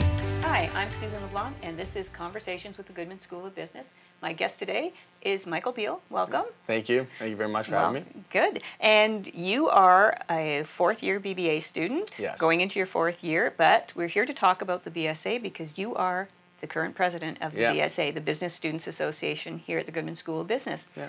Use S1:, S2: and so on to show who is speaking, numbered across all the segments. S1: Hi, I'm Susan LeBlanc, and this is Conversations with the Goodman School of Business. My guest today is Michael Beal. Welcome.
S2: Thank you. Thank you very much for having me.
S1: Good. And you are a fourth year BBA student,
S2: Yes.
S1: going into your fourth year, but we're here to talk about the BSA because you are the current president of the
S2: Yeah.
S1: BSA, the Business Students Association here at the Goodman School of Business.
S2: Yeah.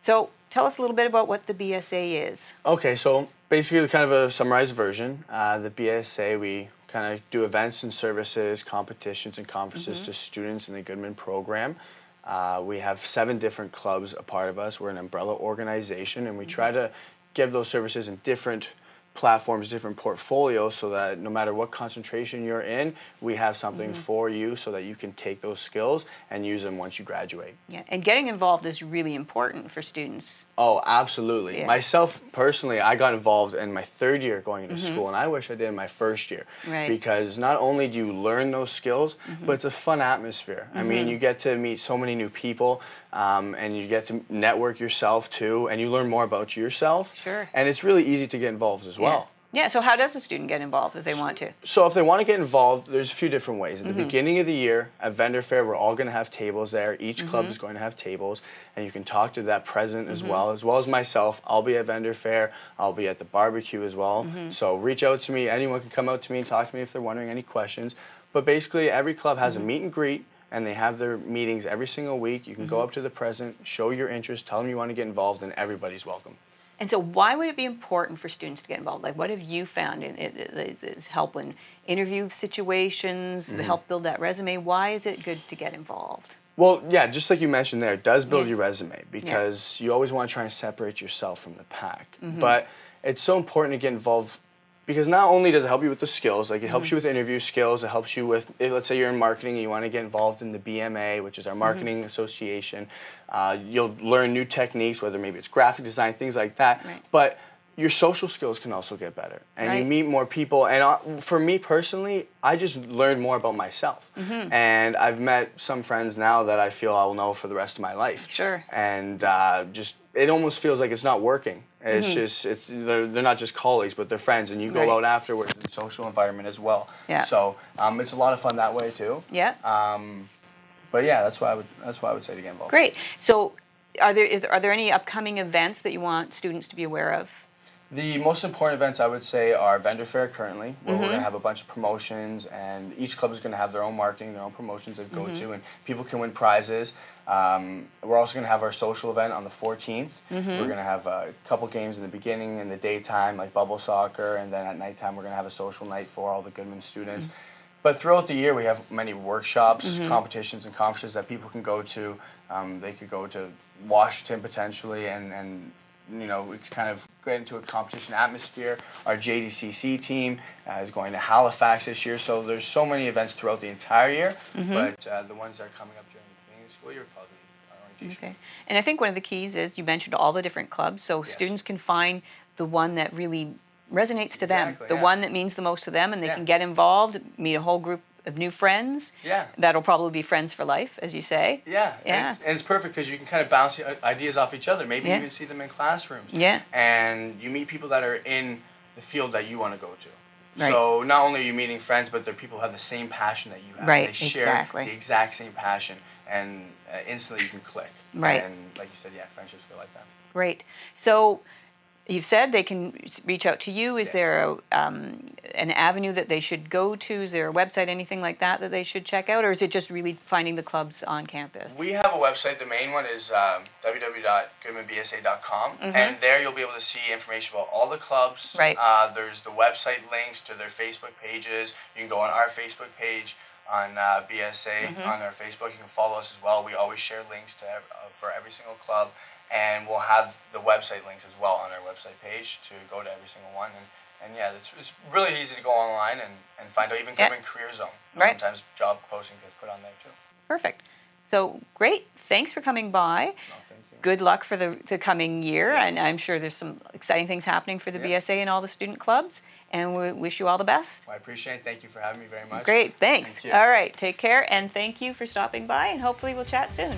S1: So tell us a little bit about what the BSA is.
S2: Okay, so basically, kind of a summarized version. Uh, the BSA, we kind of do events and services, competitions and conferences to students in the Goodman program. Uh, we have seven different clubs a part of us. We're an umbrella organization, and we try to give those services in different platforms, different portfolios, so that no matter what concentration you're in, we have something for you so that you can take those skills and use them once you graduate.
S1: Yeah. And getting involved is really important for students.
S2: Oh, absolutely.
S1: Yeah.
S2: Myself personally, I got involved in my third year going into school, and I wish I did in my first year.
S1: Mm-hmm. Right. Mm-hmm.
S2: Because not only do you learn those skills, but it's a fun atmosphere. I mean, you get to meet so many new people, um, and you get to network yourself too, and you learn more about yourself.
S1: Sure.
S2: And it's really easy to get involved as well.
S1: Yeah. yeah. So, how does a student get involved if they want to?
S2: So if they want to get involved, there's a few different ways. At the beginning of the year, at vendor fair, we're all going to have tables there. Each club is going to have tables, and you can talk to that president as well, as well as myself. I'll be at vendor fair. I'll be at the barbecue as well. So reach out to me. Anyone can come out to me and talk to me if they're wondering any questions. But basically, every club has a meet and greet. And they have their meetings every single week. You can go up to the president, show your interest, tell them you want to get involved, and everybody's welcome.
S1: And so, why would it be important for students to get involved? Like, what have you found in, in, is, is help in interview situations,
S2: Mm-hmm.
S1: help build that resume? Why is it good to get involved?
S2: Well, yeah, just like you mentioned there, it does build
S1: Yeah.
S2: your resume because you always want to try and separate yourself from the pack.
S1: Mm-hmm.
S2: But it's so important to get involved because not only does it help you with the skills, like it helps
S1: Mm-hmm.
S2: you with interview skills, it helps you with, if, let's say you're in marketing and you want to get involved in the BMA, which is
S1: Mm-hmm.
S2: our marketing association, uh, you'll learn new techniques, whether maybe it's graphic design, things like that.
S1: Right.
S2: But your social skills can also get better and you
S1: Right.
S2: meet more people and uh, for me personally i just learned more about myself
S1: Mm-hmm.
S2: and i've met some friends now that i feel i'll know for the rest of my life
S1: Sure.
S2: and uh, just it almost feels like it's not working it's just it's they're, they're not just colleagues but they're friends and you go
S1: Mm-hmm. Right.
S2: out afterwards in the social environment as well
S1: Yeah.
S2: so um, it's a lot of fun that way too
S1: Yeah.
S2: um, but yeah that's why i would that's why i would say to get involved
S1: Great. So, are there, is, are there any upcoming events that you want students to be aware of?
S2: The most important events I would say are vendor fair currently, where we're gonna have a bunch of promotions, and each club is gonna have their own marketing, their own promotions they go to, and people can win prizes. Um, we're also gonna have our social event on the 14th. We're gonna have a couple games in the beginning in the daytime, like bubble soccer, and then at nighttime we're gonna have a social night for all the Goodman students. But throughout the year, we have many workshops, competitions, and conferences that people can go to. Um, they could go to Washington potentially, and, and you know, we kind of get into a competition atmosphere. Our JDCC team uh, is going to Halifax this year, so there's so many events throughout the entire year. But uh, the ones that are coming up during the beginning of the school year are probably uh, our orientation.
S1: Okay. And I think one of the keys is you mentioned all the different clubs, so students can find the one that really resonates to them,
S2: Exactly,
S1: the
S2: yeah.
S1: one that means the most to them, and they
S2: Yeah.
S1: can get involved, meet a whole group of new friends.
S2: Yeah.
S1: That'll probably be friends for life, as you say.
S2: Yeah,
S1: Yeah.
S2: And, and it's perfect because you can kind of bounce i- ideas off each other. Maybe
S1: Yeah.
S2: you even see them in classrooms.
S1: Yeah.
S2: And you meet people that are in the field that you want to go to.
S1: Right.
S2: So not only are you meeting friends, but they're people who have the same passion that you have.
S1: Right,
S2: They share
S1: exactly.
S2: the exact same passion, and uh, instantly you can click.
S1: Right.
S2: And like you said, yeah, friendships feel like that.
S1: Great. So you've said they can s- reach out to you. Is
S2: Yes.
S1: there a, um, an avenue that they should go to? Is there a website, anything like that, that they should check out? Or is it just really finding the clubs on campus?
S2: We have a website. The main one is um, www.goodmanbsa.com, and there you'll be able to see information about all the clubs.
S1: Mm-hmm. Right.
S2: Uh, there's the website links to their Facebook pages. You can go on our Facebook page on uh, BSA
S1: Mm-hmm.
S2: on our Facebook. You can follow us as well. We always share links to ev- uh, for every single club, and we'll have the website links as well on our website page to go to every single one. And, and yeah, it's, it's really easy to go online and, and find out. Even
S1: Yeah.
S2: come in Career Zone.
S1: Right.
S2: Sometimes job posting gets put on there too.
S1: Perfect. So great. Thanks for coming by.
S2: No, Oh, thank you.
S1: Good luck for the, the coming year.
S2: Yes.
S1: And I'm sure there's some exciting things happening for the
S2: Yeah.
S1: BSA and all the student clubs. And we wish you all the best.
S2: Well, I appreciate it. Thank you for having me very much.
S1: Great. Thanks.
S2: Thank you.
S1: all right. Take care. And thank you for stopping by. And hopefully we'll chat soon.